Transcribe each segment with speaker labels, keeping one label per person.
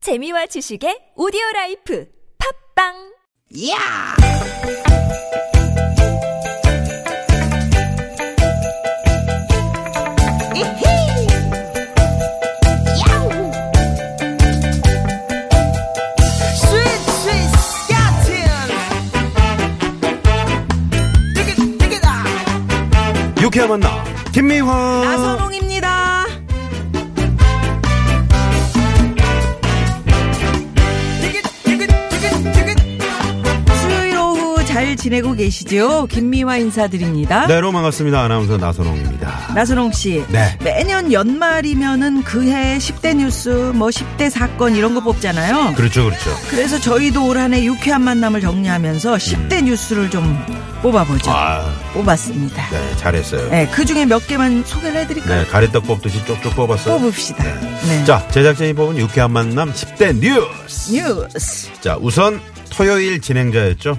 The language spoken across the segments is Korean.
Speaker 1: 재미와 지식의 오디오 라이프 팝빵
Speaker 2: 야! 이히! 야우! 스윗, 스윗, 스캇틴! 띠깃, 띠깃아!
Speaker 3: 유쾌한 만나 김미화
Speaker 2: 나선홍입니다. 띠깃, 띠깃, 띠깃, 띠깃.
Speaker 4: 수요일 오후 잘 지내고 계시죠? 김미화 인사드립니다.
Speaker 3: 네로 반갑습니다 아나운서 나선홍입니다
Speaker 4: 나선홍 씨.
Speaker 3: 네.
Speaker 4: 매년 연말이면은 그해 10대 뉴스, 뭐 10대 사건 이런 거 뽑잖아요.
Speaker 3: 그렇죠 그렇죠
Speaker 4: 그래서 저희도 올 한 해 유쾌한 만남을 정리하면서 10대 뉴스를 좀 뽑아보죠.
Speaker 3: 음. 아네
Speaker 4: 뽑았습니다. 네.
Speaker 3: 잘했어요
Speaker 4: 그 중에 몇 개만 소개를 해드릴까요?
Speaker 3: 네 가래떡 뽑듯이 쪽쪽 뽑았어요
Speaker 4: 뽑읍시다. 네.
Speaker 3: 자 제작진이 뽑은 유쾌한 만남 10대 뉴스
Speaker 4: 뉴스.
Speaker 3: 자 우선 토요일 진행자였죠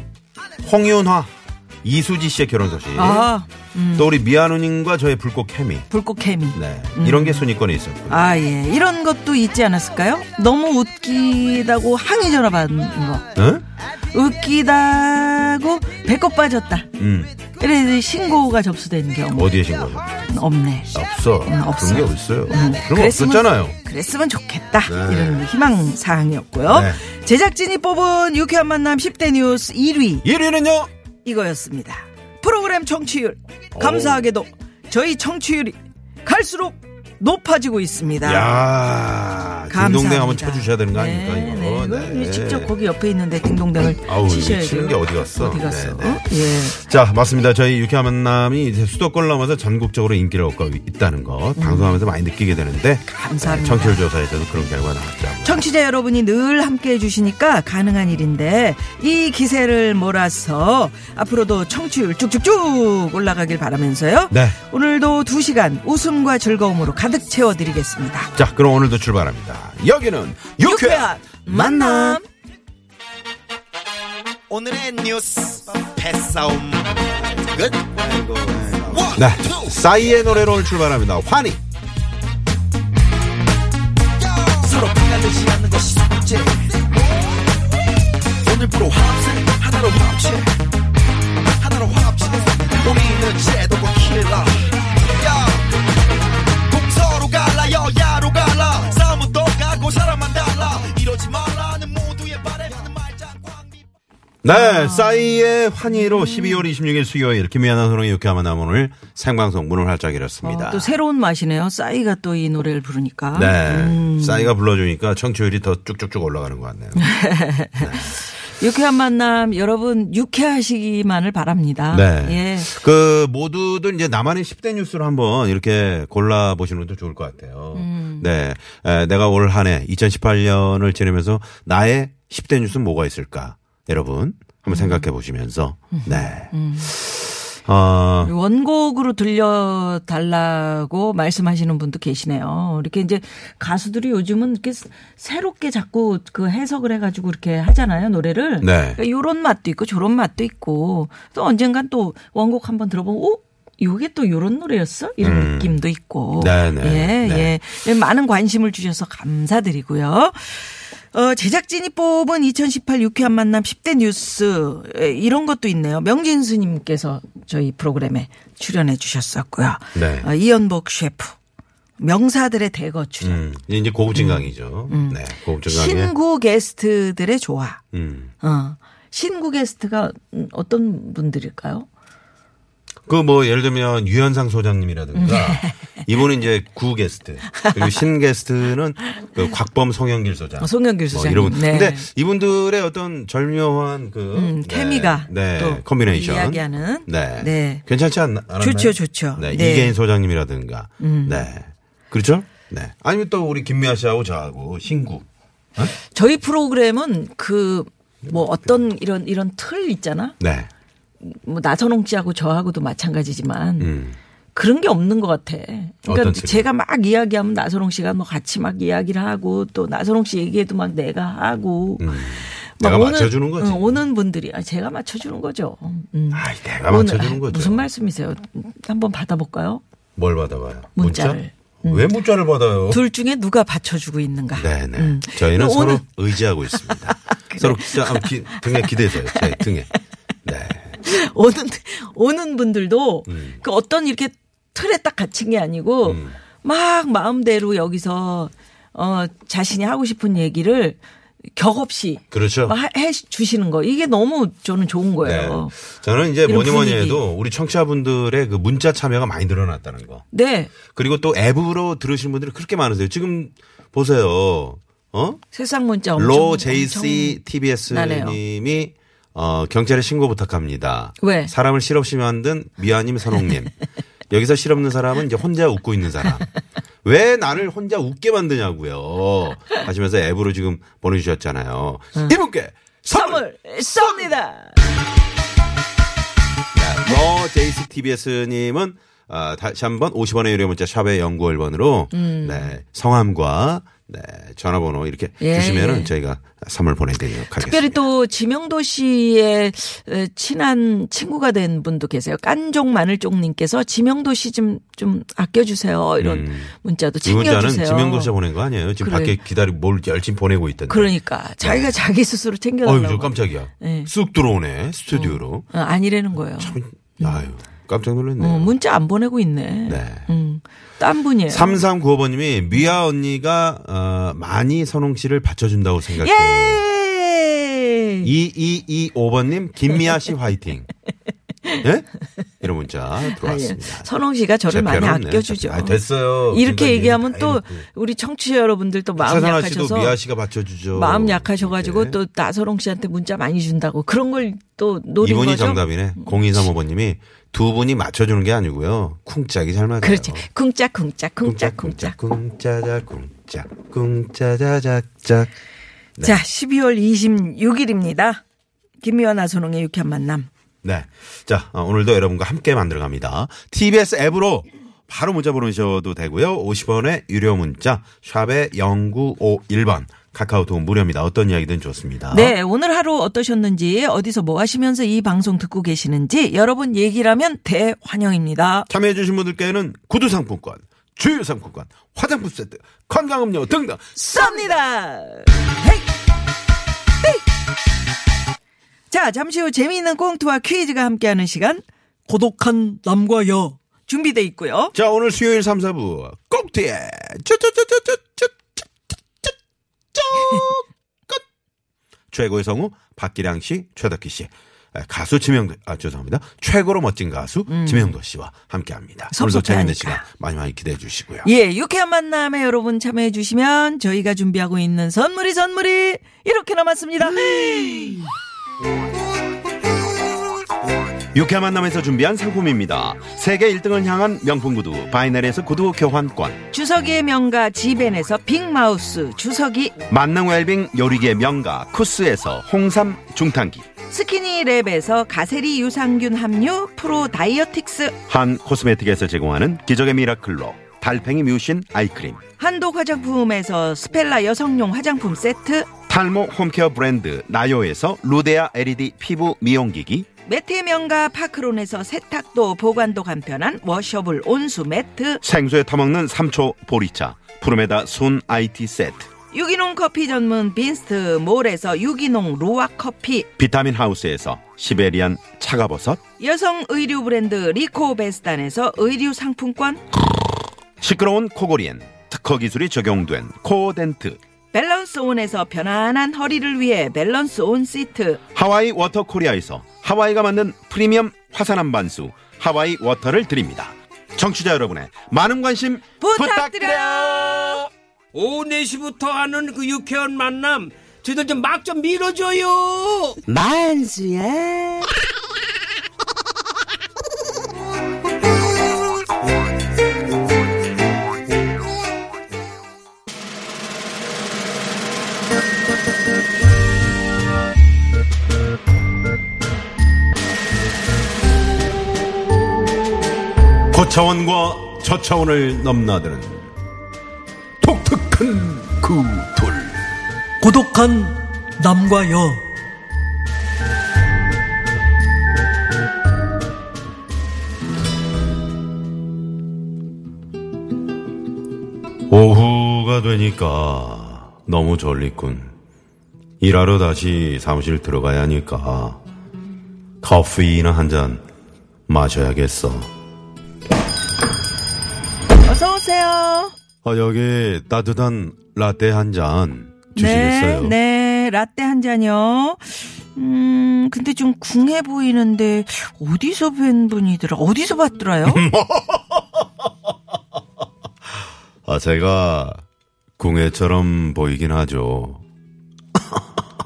Speaker 3: 홍윤화 이수지 씨의 결혼 소식
Speaker 4: 아,
Speaker 3: 또 우리 미아누님과 저의 불꽃 케미
Speaker 4: 불꽃 케미.
Speaker 3: 네 이런
Speaker 4: 음.
Speaker 3: 게 순위권에 있었고 요
Speaker 4: 아, 예. 이런 것도 있지 않았을까요? 너무 웃기다고 항의 전화 받은 거.
Speaker 3: 응?
Speaker 4: 웃기다고 배꼽 빠졌다.
Speaker 3: 음
Speaker 4: 이래서 신고가 접수된 경우
Speaker 3: 어디에 신고죠
Speaker 4: 없네.
Speaker 3: 없어
Speaker 4: 없어요.
Speaker 3: 그런 게 없어요 그런
Speaker 4: 음,
Speaker 3: 거
Speaker 4: 그랬으면-
Speaker 3: 없었잖아요
Speaker 4: 그랬으면 좋겠다.
Speaker 3: 네.
Speaker 4: 이런 희망 사항이었고요.
Speaker 3: 네.
Speaker 4: 제작진이 뽑은 유쾌한 만남 10대 뉴스 1위
Speaker 3: 1위는요
Speaker 4: 이거였습니다. 프로그램 청취율 감사하게도 저희 청취율이 갈수록 높아지고 있습니다.
Speaker 3: 야그
Speaker 4: 감사합니다.
Speaker 3: 딩동댕 한번 쳐주셔야 되는 거 아닙니까
Speaker 4: 네,
Speaker 3: 이거?
Speaker 4: 네, 이거
Speaker 3: 네.
Speaker 4: 직접 거기 옆에 있는데 딩동댕을
Speaker 3: 아우, 이게
Speaker 4: 치셔야 돼요.
Speaker 3: 치는 게 어디 갔어?
Speaker 4: 어디 갔어?
Speaker 3: 네, 네.
Speaker 4: 예.
Speaker 3: 자 맞습니다. 저희 유쾌한 만남이 이제 수도권을 넘어서 전국적으로 인기를 얻고 있다는 거 방송하면서 많이 느끼게 되는데
Speaker 4: 음.
Speaker 3: 네,
Speaker 4: 감사합니다.
Speaker 3: 청취율 조사에서도 그런 결과 나왔죠.
Speaker 4: 청취자 여러분이 늘 함께 해주시니까 가능한 일인데 이 기세를 몰아서 앞으로도 청취율 쭉쭉쭉 올라가길 바라면서요.
Speaker 3: 네.
Speaker 4: 오늘도 두시간 웃음과 즐거움으로 가득 채워드리겠습니다.
Speaker 3: 자 그럼 오늘도 출발합니다. 여기는 유쾌한
Speaker 4: 유쾌한
Speaker 3: 만남.
Speaker 4: 만남.
Speaker 5: 오늘의 뉴스 패싸움 끝 원,
Speaker 3: 네.
Speaker 5: 투,
Speaker 3: 싸이의 노래로 오늘 출발합니다. 환희.
Speaker 5: 서로 빛나듯이 하는 것이 숙제 오늘부로 합세 하나로 합체 하나로 합체 우리는 제도고 킬러 야 동서로 갈라 여야로 갈라 싸움은 똑같고 사람만 달라 이러지 말라는 모두의 바램하는 말장광
Speaker 4: 아.
Speaker 3: 네, 싸이의 환희로 12월 26일 수요일 김미아나 선홍의 유쾌한 만남 오늘 생방송 문을 활짝 열었습니다.
Speaker 4: 어, 또 새로운 맛이네요. 싸이가 또 이 노래를 부르니까. 음.
Speaker 3: 네. 싸이가 불러주니까 청취율이 더 쭉쭉쭉 올라가는 것 같네요.
Speaker 4: 유쾌한 만남 여러분 유쾌하시기만을 바랍니다.
Speaker 3: 네.
Speaker 4: 예.
Speaker 3: 그 모두들 이제 나만의 10대 뉴스를 한번 이렇게 골라 보시는 것도 좋을 것 같아요.
Speaker 4: 음.
Speaker 3: 네. 에, 내가 올 한 해 2018년을 지내면서 나의 10대 뉴스는 뭐가 있을까? 여러분 한번
Speaker 4: 음.
Speaker 3: 생각해 보시면서 네. 어,
Speaker 4: 원곡으로 들려달라고 말씀하시는 분도 계시네요. 이렇게 이제 가수들이 요즘은 이렇게 스- 새롭게 자꾸 그 해석을 해가지고 이렇게 하잖아요, 노래를.
Speaker 3: 네.
Speaker 4: 그러니까 요런 맛도 있고 저런 맛도 있고 또 언젠간 또 원곡 한번 들어보면, 오! 요게 또 요런 노래였어? 이런
Speaker 3: 음.
Speaker 4: 느낌도 있고.
Speaker 3: 네, 네,
Speaker 4: 예,
Speaker 3: 네.
Speaker 4: 예. 많은 관심을 주셔서 감사드리고요. 어, 제작진이 뽑은 2018 유쾌한 만남 10대 뉴스 에, 이런 것도 있네요. 명진수님께서 저희 프로그램에 출연해 주셨었고요.
Speaker 3: 네.
Speaker 4: 어, 이연복 셰프 명사들의 대거 출연.
Speaker 3: 음, 이제 고급진 강이죠. 네. 고급진 강의.
Speaker 4: 음. 신구 게스트들의 조화.
Speaker 3: 음.
Speaker 4: 어. 신구 게스트가 음, 어떤 분들일까요?
Speaker 3: 그 뭐 예를 들면 유현상 소장님이라든가
Speaker 4: 네.
Speaker 3: 이분은 이제 구 게스트 그리고 신 게스트는 그 곽범 송영길 소장,
Speaker 4: 어, 송영길 소장님.
Speaker 3: 뭐 이런 분.
Speaker 4: 네.
Speaker 3: 근데 이분들의 어떤 절묘한 그
Speaker 4: 음,
Speaker 3: 네,
Speaker 4: 케미가
Speaker 3: 네,
Speaker 4: 또
Speaker 3: 컨비네이션
Speaker 4: 이야기하는.
Speaker 3: 네,
Speaker 4: 네.
Speaker 3: 괜찮지 않나? 않았나요?
Speaker 4: 좋죠, 좋죠.
Speaker 3: 네,
Speaker 4: 네. 음.
Speaker 3: 이계인 소장님이라든가 네 그렇죠. 네 아니면 또 우리 김미아 씨하고 저하고 신구
Speaker 4: 저희 프로그램은 그 뭐 어떤 이런 이런 틀 있잖아.
Speaker 3: 네
Speaker 4: 뭐 나선홍 씨하고 저하고도 마찬가지지만
Speaker 3: 음.
Speaker 4: 그런 게 없는 것 같아.
Speaker 3: 어떤
Speaker 4: 그러니까
Speaker 3: 측면?
Speaker 4: 제가 막 이야기하면 나선홍 씨가 뭐 같이 막 이야기를 하고 또 나선홍 씨 얘기해도 막 내가 하고 막
Speaker 3: 음. 내가 맞춰주는 거지.
Speaker 4: 응, 오는 분들이 아, 제가 맞춰주는 거죠. 음.
Speaker 3: 아이 내가
Speaker 4: 오늘,
Speaker 3: 맞춰주는
Speaker 4: 아,
Speaker 3: 거죠.
Speaker 4: 무슨 말씀이세요? 한번 받아볼까요?
Speaker 3: 뭘 받아봐요?
Speaker 4: 문자를. 음.
Speaker 3: 문자? 왜 문자를 받아요?
Speaker 4: 둘 중에 누가 받쳐주고 있는가?
Speaker 3: 네네.
Speaker 4: 음.
Speaker 3: 저희는 서로
Speaker 4: 오늘
Speaker 3: 의지하고 있습니다. 서로 진짜 아무 기- 등에 기대서요. 제 등에. 네.
Speaker 4: 오는 오는 분들도
Speaker 3: 음.
Speaker 4: 그 어떤 이렇게 틀에 딱 갇힌 게 아니고 막 마음대로 여기서 어 자신이 하고 싶은 얘기를 격 없이
Speaker 3: 그렇죠.
Speaker 4: 막 해 주시는 거 이게 너무 저는 좋은
Speaker 3: 네.
Speaker 4: 거예요.
Speaker 3: 저는 이제
Speaker 4: 이런
Speaker 3: 뭐니 뭐니
Speaker 4: 분위기.
Speaker 3: 해도 우리 청취자분들의 그 문자 참여가 많이 늘어났다는 거.
Speaker 4: 네.
Speaker 3: 그리고 또 앱으로 들으시는 분들이 그렇게 많으세요. 지금 보세요. 어?
Speaker 4: 세상 문자 엄청
Speaker 3: 로
Speaker 4: 엄청
Speaker 3: JC TBS
Speaker 4: 나네요.
Speaker 3: 님이 어, 경찰에 신고 부탁합니다.
Speaker 4: 왜?
Speaker 3: 사람을 실없이 만든 미아님 선홍님. 여기서 실없는 사람은 이제 혼자 웃고 있는 사람. 왜 나를 혼자 웃게 만드냐고요. 하시면서 앱으로 지금 보내주셨잖아요. 이분께 선물!
Speaker 4: 선물 쏩니다.
Speaker 3: 로 JC TBS 님은 어, 다시 한번 50원의 유료 문자 샵의 연구 1번으로
Speaker 4: 음.
Speaker 3: 네, 성함과 네, 전화번호 이렇게
Speaker 4: 예,
Speaker 3: 주시면은
Speaker 4: 예.
Speaker 3: 저희가 선물 보내드리도록 하겠습니다.
Speaker 4: 특별히 또 지명도 씨의 에, 친한 친구가 된 분도 계세요. 깐종 마늘종님께서 지명도 씨 좀 좀 아껴주세요. 이런 문자도
Speaker 3: 음. 이 문자는
Speaker 4: 챙겨주세요.
Speaker 3: 지명도 씨가 보낸 거 아니에요? 지금
Speaker 4: 그래.
Speaker 3: 밖에 기다리 고뭘 열심히 보내고 있던데.
Speaker 4: 그러니까 자기가 자기 스스로
Speaker 3: 아유, 네. 저
Speaker 4: 챙겨달라고.
Speaker 3: 깜짝이야.
Speaker 4: 네.
Speaker 3: 쑥 들어오네 스튜디오로. 음.
Speaker 4: 어, 아니라는 거예요.
Speaker 3: 아유, 깜짝 놀랐네.
Speaker 4: 어,
Speaker 3: 요
Speaker 4: 문자 안 보내고 있네.
Speaker 3: 네.
Speaker 4: 음, 딴 분이에요.
Speaker 3: 3395번님이 미아 언니가 어, 많이 선홍 씨를 받쳐준다고 생각해요.
Speaker 4: 예.
Speaker 3: 2225번님 김미아 씨 화이팅. 예? 이런 문자 들어왔습니다.
Speaker 4: 선홍 씨가 저를
Speaker 3: 제
Speaker 4: 많이
Speaker 3: 별은 없네요.
Speaker 4: 아껴주죠.
Speaker 3: 아, 됐어요.
Speaker 4: 이렇게
Speaker 3: 중간
Speaker 4: 얘기하면
Speaker 3: 얘기 다
Speaker 4: 또
Speaker 3: 해놓고.
Speaker 4: 우리 청취자 여러분들 또 마음
Speaker 3: 차선아 씨도
Speaker 4: 약하셔서
Speaker 3: 미아 씨가 받쳐주죠. 예.
Speaker 4: 마음 약하셔가지고
Speaker 3: 이렇게.
Speaker 4: 또 나서롱 씨한테 문자 많이 준다고 그런 걸 또 노린
Speaker 3: 이분이
Speaker 4: 거죠. 음.
Speaker 3: 정답이네. 0235번님이 두 분이 맞춰주는 게 아니고요. 쿵짝이 잘 맞아요.
Speaker 4: 그렇지. 쿵짝쿵짝 쿵짝쿵짝.
Speaker 3: 쿵짜자 쿵짝 쿵짜자작짝. 네.
Speaker 4: 자, 12월 26일입니다. 김미화 나선홍의 유쾌한 만남.
Speaker 3: 네. 자 어, 오늘도 여러분과 함께 만들어갑니다. TBS 앱으로 바로 문자 보내셔도 되고요. 50원의 유료 문자 샵에 0951번 카카오톡 무료입니다. 어떤 이야기든 좋습니다.
Speaker 4: 네, 오늘 하루 어떠셨는지 어디서 뭐 하시면서 이 방송 듣고 계시는지 여러분 얘기라면 대환영입니다.
Speaker 3: 참여해주신 분들께는 구두 상품권, 주유 상품권, 화장품 세트, 건강음료 등등
Speaker 4: 쏩니다. 헤이! 헤이! 자, 잠시 후 재미있는 꽁트와 퀴즈가 함께하는 시간 고독한 남과 여 준비돼 있고요.
Speaker 3: 자, 오늘 수요일 3, 4부 꼭트에 최고의 성우 박기량 씨, 최덕기 씨. 에, 가수 지명도 아 죄송합니다. 최고로 멋진 가수 지명도 씨와 함께합니다. 오늘도 재밌는 시간
Speaker 4: 음. 섭섭해하니까.
Speaker 3: 많이 많이 기대해 주시고요.
Speaker 4: 예, 유쾌한 만남에 여러분 참여해 주시면 저희가 준비하고 있는 선물이 선물이 이렇게 남았습니다.
Speaker 3: 유쾌한 만남에서 준비한 상품입니다. 세계 1등을 향한 명품 구두 바이넬에서 구두 교환권,
Speaker 4: 주석이의 명가 지벤에서 빅마우스 주석이
Speaker 3: 만능 웰빙 요리계 명가 쿠스에서 홍삼 중탕기,
Speaker 4: 스키니랩에서 가세리 유산균 함유 프로 다이어틱스
Speaker 3: 한 코스메틱에서 제공하는 기적의 미라클로 달팽이 뮤신 아이크림
Speaker 4: 한독 화장품에서 스펠라 여성용 화장품 세트
Speaker 3: 탈모 홈케어 브랜드 나요에서 루데아 LED 피부 미용기기
Speaker 4: 매트의 명가 파크론에서 세탁도 보관도 간편한 워셔블 온수 매트
Speaker 3: 생수에 타먹는 삼초 보리차 푸르메다 순 IT 세트
Speaker 4: 유기농 커피 전문 빈스트 몰에서 유기농 루아 커피
Speaker 3: 비타민 하우스에서 시베리안 차가버섯
Speaker 4: 여성 의류 브랜드 리코베스탄에서 의류 상품권,
Speaker 3: 시끄러운 코골이엔 특허 기술이 적용된 코어덴트
Speaker 4: 밸런스 온에서 편안한 허리를 위해 밸런스 온 시트,
Speaker 3: 하와이 워터 코리아에서 하와이가 만든 프리미엄 화산 한반수 하와이 워터를 드립니다 청취자 여러분의 많은 관심
Speaker 4: 부탁드려요.
Speaker 6: 오후 4시부터 하는 그 유쾌한 만남 저희들 좀 막 좀 밀어줘요
Speaker 3: 고차원과 저차원을 넘나드는 독특한 그 둘.
Speaker 7: 고독한 남과 여
Speaker 3: 힘드니까 너무 졸리군. 일하러 다시 사무실 들어가야 하니까 커피나 한 잔 마셔야겠어.
Speaker 4: 어서 오세요.
Speaker 3: 아, 여기 따뜻한 라떼 한 잔 주시겠어요?
Speaker 4: 네, 네, 라떼 한 잔요. 음, 근데 좀 궁해 보이는데 어디서 뵌 분이더라? 어디서 봤더라요?
Speaker 3: 아, 제가 궁예처럼 보이긴 하죠.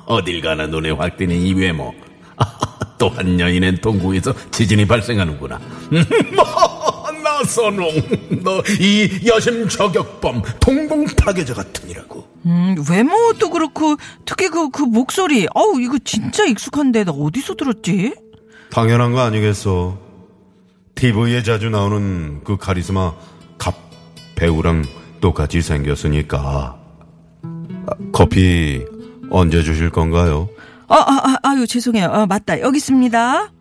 Speaker 3: 어딜 가나 눈에 확 띄는 이 외모. 또 한 여인의 동궁에서 지진이 발생하는구나. 뭐,
Speaker 8: 나선홍, 너 이 여심 저격범 동공 파괴자 같으니라고.
Speaker 4: 음, 외모도 그렇고 특히 그, 그 목소리. 어우, 이거 진짜 익숙한데 나 어디서 들었지?
Speaker 3: 당연한 거 아니겠어. TV에 자주 나오는 그 카리스마 갑 배우랑 똑같이 생겼으니까. 아, 커피 언제 주실 건가요?
Speaker 4: 아, 아, 아, 아유, 죄송해요. 아, 맞다. 여기 있습니다.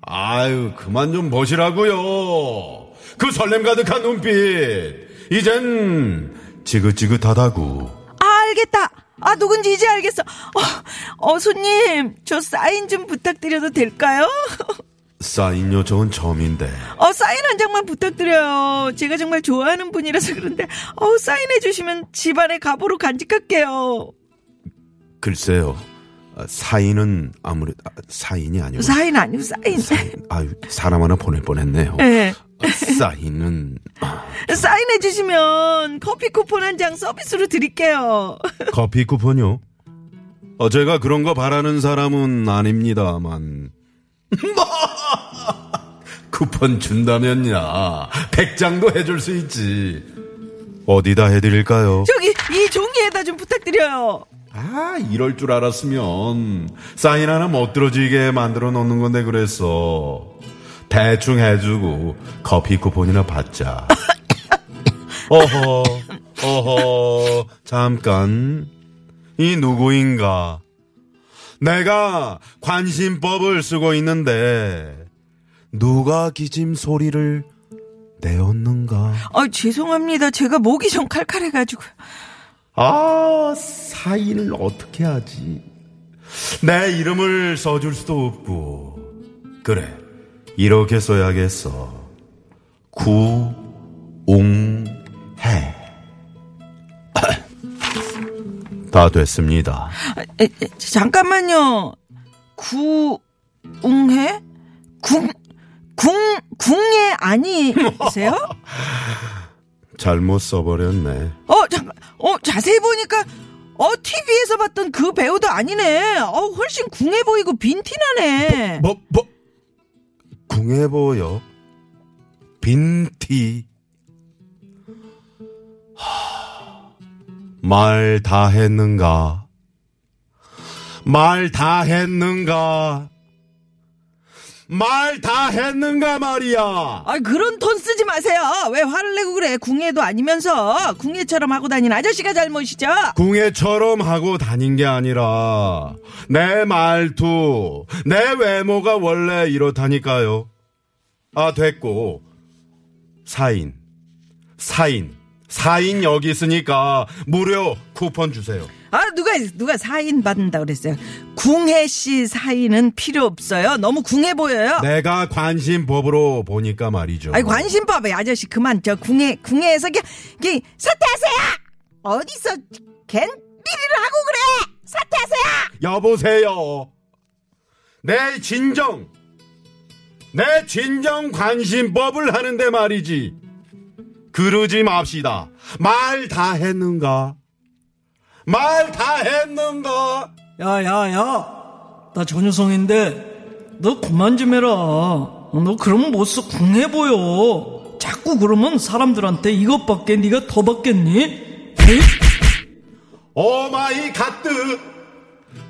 Speaker 3: 아유, 그만 좀 보시라고요. 그 설렘 가득한 눈빛. 이젠 지긋지긋하다고.
Speaker 4: 아, 알겠다. 아, 누군지 이제 알겠어. 어, 어 손님, 저 사인 좀 부탁드려도 될까요?
Speaker 3: 사인 요청은 처음인데.
Speaker 4: 어, 사인 한 장만 부탁드려요. 제가 정말 좋아하는 분이라서 그런데, 어, 사인해주시면 집안의 가보로 간직할게요.
Speaker 3: 글쎄요. 아, 사인은 아무래도 아, 사인이 아니고
Speaker 4: 사인 아니고 사인.
Speaker 3: 사인. 아유, 사람 하나 보낼 뻔했네요.
Speaker 4: 예.
Speaker 3: 아, 사인은 아,
Speaker 4: 사인해주시면 커피 쿠폰 한 장 서비스로 드릴게요.
Speaker 3: 커피 쿠폰요. 어, 제가 그런 거 바라는 사람은 아닙니다만. 뭐?
Speaker 8: 쿠폰 준다면야 백장도 해줄 수 있지.
Speaker 3: 어디다 해드릴까요?
Speaker 4: 저기, 이 종이에다 좀 부탁드려요.
Speaker 8: 아 이럴 줄 알았으면
Speaker 3: 사인 하나 못 들어지게 만들어 놓는 건데 그랬어. 대충 해주고 커피 쿠폰이나 받자. 어허, 어허, 잠깐. 이 누구인가? 내가 관심법을 쓰고 있는데 누가 기침 소리를 내었는가?
Speaker 4: 아, 죄송합니다. 제가 목이 좀 칼칼해가지고.
Speaker 3: 아, 사인을 어떻게 하지? 내 이름을 써줄 수도 없고. 그래, 이렇게 써야겠어. 구, 웅, 해. 다 됐습니다.
Speaker 4: 아, 에, 에, 잠깐만요. 구, 웅해? 궁, 궁, 궁예 아니세요?
Speaker 3: 잘못 써버렸네.
Speaker 4: 어, 잠깐, 어, 자세히 보니까, 어, TV에서 봤던 그 배우도 아니네. 어, 훨씬 궁해 보이고 빈티나네.
Speaker 3: 뭐, 뭐? 궁해 보여. 빈티. 말 다 했는가? 말 다 했는가? 말 다 했는가 말이야!
Speaker 4: 아, 그런 톤 쓰지 마세요. 왜 화를 내고 그래? 궁예도 아니면서 궁예처럼 하고 다니는 아저씨가 잘못이죠.
Speaker 3: 궁예처럼 하고 다닌 게 아니라, 내 말투, 내 외모가 원래 이렇다니까요. 아, 됐고. 사인. 사인. 사인 여기 있으니까, 무료 쿠폰 주세요.
Speaker 4: 아, 누가 누가 사인 받는다 그랬어요. 궁예 씨 사인은 필요 없어요. 너무 궁해 보여요.
Speaker 3: 내가 관심법으로 보니까 말이죠.
Speaker 4: 아이 관심법에 아저씨 그만 저 궁예 궁예에서 기, 기 사퇴하세요. 어디서 갠 일을 하고 그래? 사퇴하세요.
Speaker 3: 여보세요. 내 진정, 내 진정 관심법을 하는데 말이지. 그러지 맙시다. 말 다 했는가? 말 다 했는가?
Speaker 7: 야, 야, 야. 나 전유성인데, 너 그만 좀 해라. 너 그러면 모습 궁해 보여. 자꾸 그러면 사람들한테 이것밖에 네가 더 받겠니? 에이?
Speaker 3: 오 마이 갓드!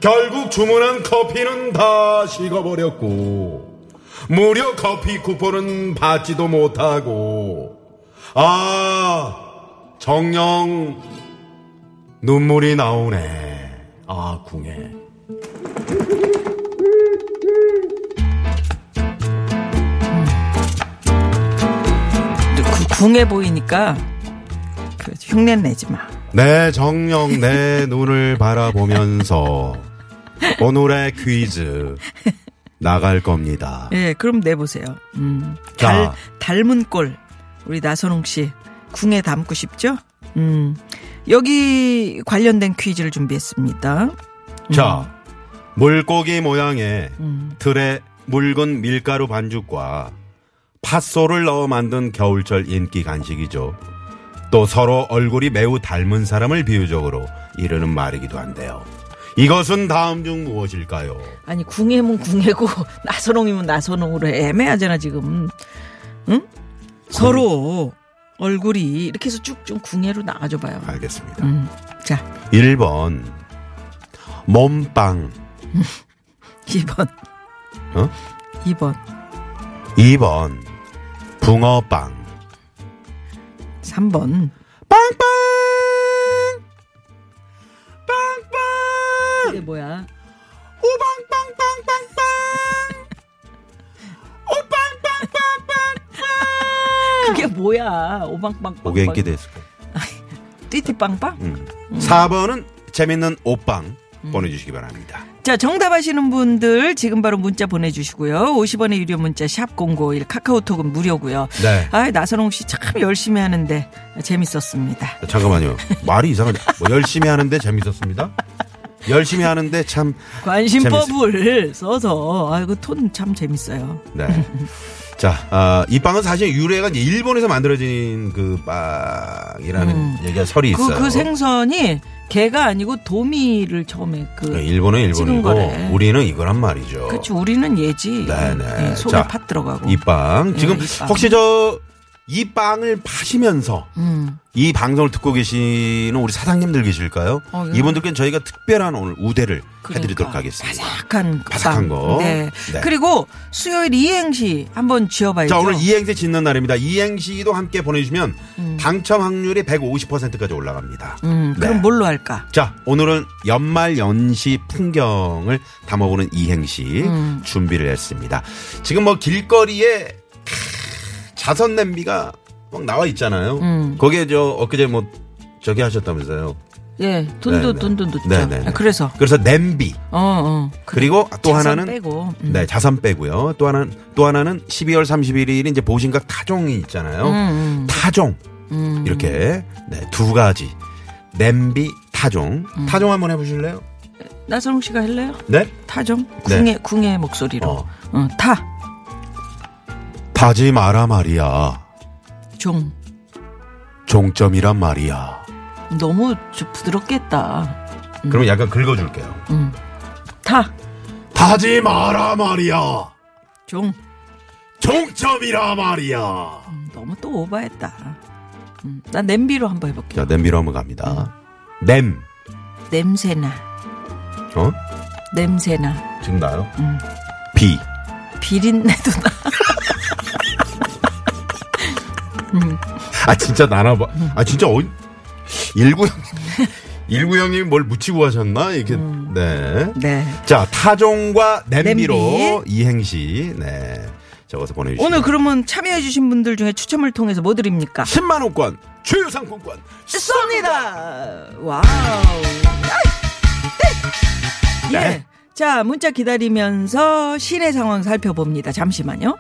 Speaker 3: 결국 주문한 커피는 다 식어버렸고, 무료 커피 쿠폰은 받지도 못하고, 아, 정녕, 눈물이 나오네. 아, 궁해.
Speaker 4: 궁해 보이니까 그 흉내 내지 마.
Speaker 3: 내 네, 정녕 내 눈을 바라보면서 오늘의 퀴즈 나갈 겁니다.
Speaker 4: 예, 그럼 내보세요. 음.
Speaker 3: 자.
Speaker 4: 달, 닮은 꼴. 우리 나선홍 씨. 궁에 담고 싶죠? 음. 여기 관련된 퀴즈를 준비했습니다.
Speaker 3: 자, 물고기 모양의 틀에 묽은 밀가루 반죽과 팥소를 넣어 만든 겨울철 인기 간식이죠. 또 서로 얼굴이 매우 닮은 사람을 비유적으로 이르는 말이기도 한데요. 이것은 다음 중 무엇일까요?
Speaker 4: 아니, 궁에면 궁에고, 나선홍이면 나선홍으로 애매하잖아, 지금. 응? 서로 얼굴이 이렇게 해서 쭉 좀 궁예로 나가줘봐요.
Speaker 3: 아. 알겠습니다.
Speaker 4: 음. 자,
Speaker 3: 1번 몸빵,
Speaker 4: 2번,
Speaker 3: 어?
Speaker 4: 2번,
Speaker 3: 2번 붕어빵,
Speaker 4: 3번.
Speaker 3: 빵빵,
Speaker 4: 이게 뭐야? 오방빵빵빵빵. 그게 뭐야? 오방빵빵.
Speaker 3: 오게 인기 됐을 거예요.
Speaker 4: 띠띠빵빵?
Speaker 3: 음. 4번은 재밌는 옷빵 보내주시기 바랍니다.
Speaker 4: 자, 정답 아시는 분들 지금 바로 문자 보내주시고요. 50원의 유료 문자 샵 #051 카카오톡은 무료고요.
Speaker 3: 네.
Speaker 4: 아, 나선홍 씨 참 열심히 하는데 재밌었습니다.
Speaker 3: 잠깐만요. 말이 이상하네. 뭐 열심히 하는데 재밌었습니다. 열심히 하는데 참.
Speaker 4: 관심법을 써서 아, 이거 톤 참 재밌어요.
Speaker 3: 네. 자, 아, 이 빵은 사실 유래가 이제 일본에서 만들어진 그 빵이라는 얘기가 설이
Speaker 4: 그,
Speaker 3: 있어요.
Speaker 4: 그 생선이 개가 아니고 도미를 처음에 그
Speaker 3: 네, 일본은
Speaker 4: 찍은 거래.
Speaker 3: 일본이고 우리는 이거란 말이죠.
Speaker 4: 그렇지 우리는 얘지.
Speaker 3: 네네.
Speaker 4: 예, 속에
Speaker 3: 자,
Speaker 4: 팥 들어가고.
Speaker 3: 이 빵. 지금
Speaker 4: 네, 이 빵.
Speaker 3: 혹시 저, 이 빵을 파시면서
Speaker 4: 음.
Speaker 3: 이 방송을 듣고 계시는 우리 사장님들 계실까요?
Speaker 4: 어, 예.
Speaker 3: 이분들께는 저희가 특별한 오늘 우대를
Speaker 4: 그러니까
Speaker 3: 해드리도록 하겠습니다.
Speaker 4: 바삭한 그
Speaker 3: 바삭한
Speaker 4: 빵.
Speaker 3: 거.
Speaker 4: 네.
Speaker 3: 네.
Speaker 4: 그리고 수요일 이행시 한번 지어봐야죠.
Speaker 3: 자, 오늘 이행시 짓는 날입니다. 이행시도 함께 보내주시면 당첨 확률이 150%까지 올라갑니다.
Speaker 4: 음, 그럼
Speaker 3: 네.
Speaker 4: 뭘로 할까?
Speaker 3: 자, 오늘은 연말 연시 풍경을 담아보는 이행시
Speaker 4: 음.
Speaker 3: 준비를 했습니다. 지금 뭐 길거리에 캬, 자선 냄비가 막 나와 있잖아요.
Speaker 4: 음.
Speaker 3: 거기에 저 엊그제 뭐 저기 하셨다면서요.
Speaker 4: 예, 돈도
Speaker 3: 네네.
Speaker 4: 돈도 돈도.
Speaker 3: 네네네.
Speaker 4: 아, 그래서
Speaker 3: 그래서 냄비.
Speaker 4: 어 어.
Speaker 3: 그리고 또
Speaker 4: 자산
Speaker 3: 하나는
Speaker 4: 빼고. 음.
Speaker 3: 네, 자산 빼고요. 또 하나는 또 하나는 12월 31일이 이제 보신각 타종이 있잖아요.
Speaker 4: 음,
Speaker 3: 타종. 이렇게 네, 두 가지. 냄비 타종.
Speaker 4: 음.
Speaker 3: 타종 한번 해 보실래요?
Speaker 4: 나선홍 씨가 할래요?
Speaker 3: 네?
Speaker 4: 타정
Speaker 3: 네.
Speaker 4: 궁의 궁의 목소리로.
Speaker 3: 어.
Speaker 4: 어, 타.
Speaker 3: 타지 마라 말이야.
Speaker 4: 종.
Speaker 3: 종점이란 말이야.
Speaker 4: 너무 좀 부드럽게 했다.
Speaker 3: 그럼 약간 긁어 줄게요.
Speaker 4: 음. 타.
Speaker 3: 타지 마라 말이야.
Speaker 4: 종.
Speaker 3: 종점이라 말이야.
Speaker 4: 너무 또 오버했다. 음, 나 냄비로 한번 해볼게요.
Speaker 3: 자, 냄비로 한번 갑니다. 냄.
Speaker 4: 냄새나,
Speaker 3: 어?
Speaker 4: 냄새나,
Speaker 3: 지금 나요?
Speaker 4: 음.
Speaker 3: 비.
Speaker 4: 비린내도 나.
Speaker 3: 아 진짜 나나 봐. 아 진짜 어이 일구 형 일구 형님 뭘 묻히고 하셨나 이게 네.
Speaker 4: 네.
Speaker 3: 자 타종과 냄비로
Speaker 4: 냄비.
Speaker 3: 이행시 네 적어서 보내주시고
Speaker 4: 오늘 그러면 참여해주신 분들 중에 추첨을 통해서 뭐 드립니까?
Speaker 3: 10만 원권 주요 상품권
Speaker 4: 쏩니다! 와우. 아이, 네. 예. 자, 문자 기다리면서 시내 상황 살펴봅니다. 잠시만요.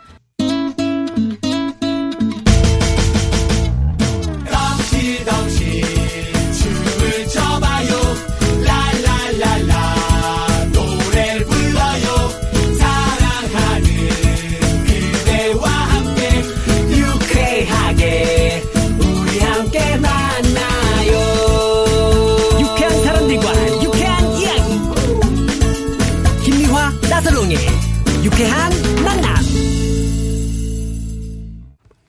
Speaker 2: 유쾌한 사람들과 유쾌한 이야기 김미화 나서롱의 유쾌한 만남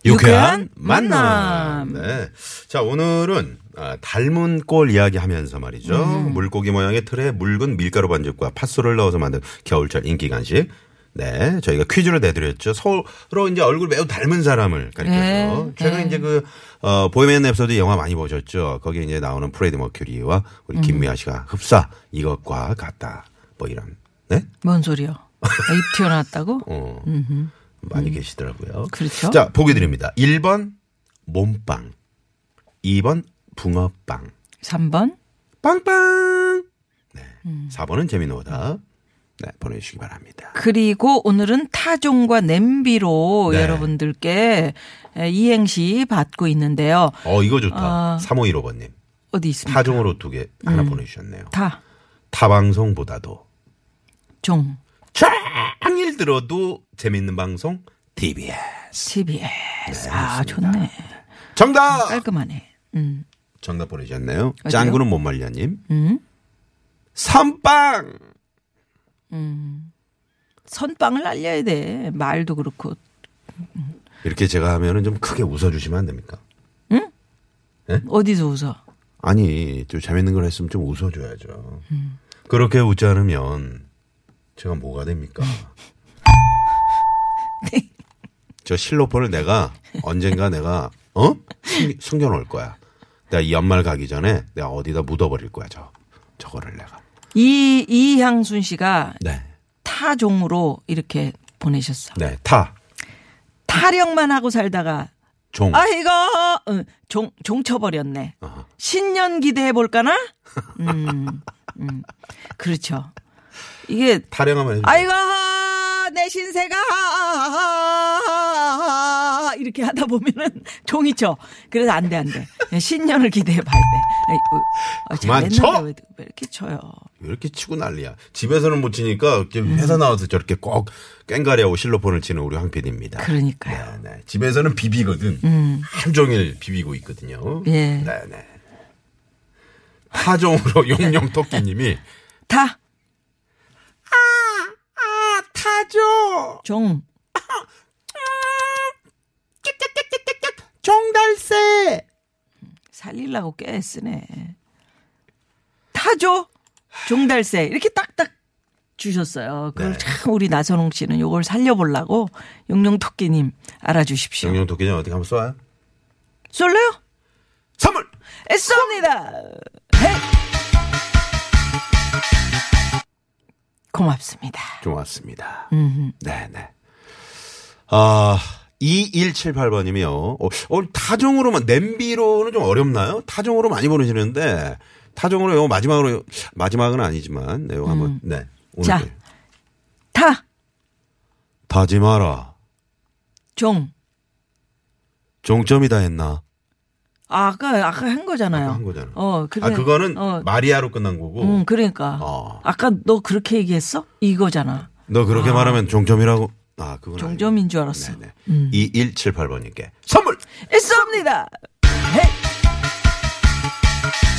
Speaker 3: 유쾌한
Speaker 4: 유쾌한
Speaker 3: 만남.
Speaker 4: 만남.
Speaker 3: 네. 자, 오늘은 아, 닮은 꼴 이야기 하면서 말이죠.
Speaker 4: 음.
Speaker 3: 물고기 모양의 틀에 묽은 밀가루 반죽과 팥소를 넣어서 만든 겨울철 인기 간식. 네. 저희가 퀴즈를 내드렸죠. 서로 이제 얼굴 매우 닮은 사람을 가리켜서.
Speaker 4: 네,
Speaker 3: 최근에 이제 그, 어, 보헤미안 랩소디 영화 많이 보셨죠. 거기에 이제 나오는 프레드 머큐리와
Speaker 4: 음.
Speaker 3: 우리 김미아 씨가 흡사 이것과 같다. 뭐 이런. 네?
Speaker 4: 뭔 소리요? 아, 입 튀어나왔다고?
Speaker 3: 어. 많이 계시더라고요.
Speaker 4: 음. 그렇죠.
Speaker 3: 자, 보기 드립니다. 1번 몸빵. 2번 붕어빵.
Speaker 4: 3번.
Speaker 3: 빵빵.
Speaker 4: 음.
Speaker 3: 네. 4번은 재미는 오다. 네, 보내주시기 바랍니다.
Speaker 4: 그리고 오늘은 타종과 냄비로
Speaker 3: 네.
Speaker 4: 여러분들께 에, 이행시 받고 있는데요.
Speaker 3: 어, 이거
Speaker 4: 아.
Speaker 3: 좋다. 3515번님.
Speaker 4: 어디 있습니까? 음.
Speaker 3: 타종으로 두 개 하나 보내주셨네요.
Speaker 4: 타,
Speaker 3: 타방송보다도
Speaker 4: 종,
Speaker 3: 종일 들어도 재밌는 방송 TBS.
Speaker 4: CBS. 아, 좋네.
Speaker 3: 정답!
Speaker 4: 깔끔하네. 음.
Speaker 3: 정답 보내주셨네요.
Speaker 4: 아. 어디요? 음?
Speaker 3: 짱구는 못 말려님. 선빵!
Speaker 4: 선빵을 알려야 돼. 말도 그렇고.
Speaker 3: 이렇게 제가 하면은 좀 크게 웃어주시면 안 됩니까?
Speaker 4: 어디서 웃어?
Speaker 3: 아니, 좀 재밌는 걸 했으면 좀 웃어줘야죠.
Speaker 4: 음.
Speaker 3: 그렇게 웃지 않으면 제가 뭐가 됩니까?
Speaker 4: 음.
Speaker 3: 저 실로폰을 내가 언젠가 내가 어 숨겨, 놓을 거야. 내가 이 연말 가기 전에 내가 어디다 묻어버릴 거야 저 저거를 내가.
Speaker 4: 이, 이향순 씨가
Speaker 3: 네,
Speaker 4: 타종으로 이렇게 보내셨어.
Speaker 3: 네 타,
Speaker 4: 타령만 하고 살다가
Speaker 3: 종,
Speaker 4: 아 이거 어, 종 종쳐버렸네. 신년 기대해 볼까나? 음, 음, 그렇죠. 이게
Speaker 3: 타령하면 해주세요.
Speaker 4: 아이고 내 신세가 이렇게 하다 보면은 종이 쳐. 그래서 안 돼 안돼. 신년을 기대해 봐야 돼. 에이, 어, 어,
Speaker 3: 그만
Speaker 4: 잘했는데
Speaker 3: 쳐!
Speaker 4: 왜, 왜 이렇게 쳐요?
Speaker 3: 왜 이렇게 치고 난리야. 집에서는 못 치니까 이렇게
Speaker 4: 음.
Speaker 3: 회사 나와서 저렇게 꼭 깽가리하고 실로폰을 치는 우리 황 PD입니다.
Speaker 4: 그렇죠. 그러니까요.
Speaker 3: 네, 집에서는 비비거든. 하루 종일 비비고 있거든요.
Speaker 4: 음. 예.
Speaker 3: 네네. 하종으로 용용 토끼님이
Speaker 4: 다
Speaker 3: 아 타조
Speaker 4: 종.
Speaker 3: 종달새
Speaker 4: 살리려고 꽤 쓰네. 타조 종달새 이렇게 딱딱 주셨어요. 그걸
Speaker 3: 네.
Speaker 4: 참 우리 나선홍 씨는 요걸 살려보려고 용룡토끼님 알아주십시오.
Speaker 3: 용용 토끼님 어떻게 한번 쏴요?
Speaker 4: 쏠래요?
Speaker 3: 선물
Speaker 4: 쏩니다. 고맙습니다.
Speaker 3: 좋았습니다. 네네. 아 2178번님이요. 어, 어, 타종으로만 냄비로는 좀 어렵나요? 타종으로 많이 보내시는데 타종으로 요 마지막으로 요- 마지막은 아니지만 네, 요 한번 네 오늘
Speaker 4: 음. 자. 타,
Speaker 3: 타지 마라.
Speaker 4: 종.
Speaker 3: 종점이다 했나?
Speaker 4: 아, 아까, 아까 한 거잖아요.
Speaker 3: 아까 한 거잖아.
Speaker 4: 어, 그래.
Speaker 3: 아 그거는
Speaker 4: 어,
Speaker 3: 마리아로 끝난 거고.
Speaker 4: 응, 그러니까.
Speaker 3: 어.
Speaker 4: 아까 너 그렇게 얘기했어? 이거잖아.
Speaker 3: 너 그렇게 말하면 종점이라고. 아 그건
Speaker 4: 종점인 줄 알았어.
Speaker 3: 네네.
Speaker 4: 음.
Speaker 3: 네. 2178번님께 선물.
Speaker 4: 있습니다. 헤이.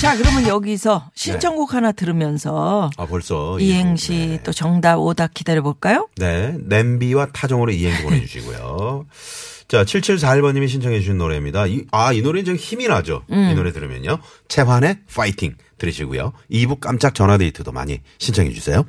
Speaker 4: 자, 그러면
Speaker 3: 네.
Speaker 4: 여기서 신청곡 하나 들으면서
Speaker 3: 아 벌써
Speaker 4: 이행시
Speaker 3: 네.
Speaker 4: 또 정답 오답 기다려 볼까요?
Speaker 3: 네 냄비와 타종으로 이행시 보내주시고요. 자 7741번님이 신청해 주신 노래입니다. 이, 아이 노래는 좀 힘이 나죠. 이
Speaker 4: 음.
Speaker 3: 노래 들으면요. 채환의 파이팅 들으시고요. 2부 깜짝 전화데이트도 많이 신청해 주세요.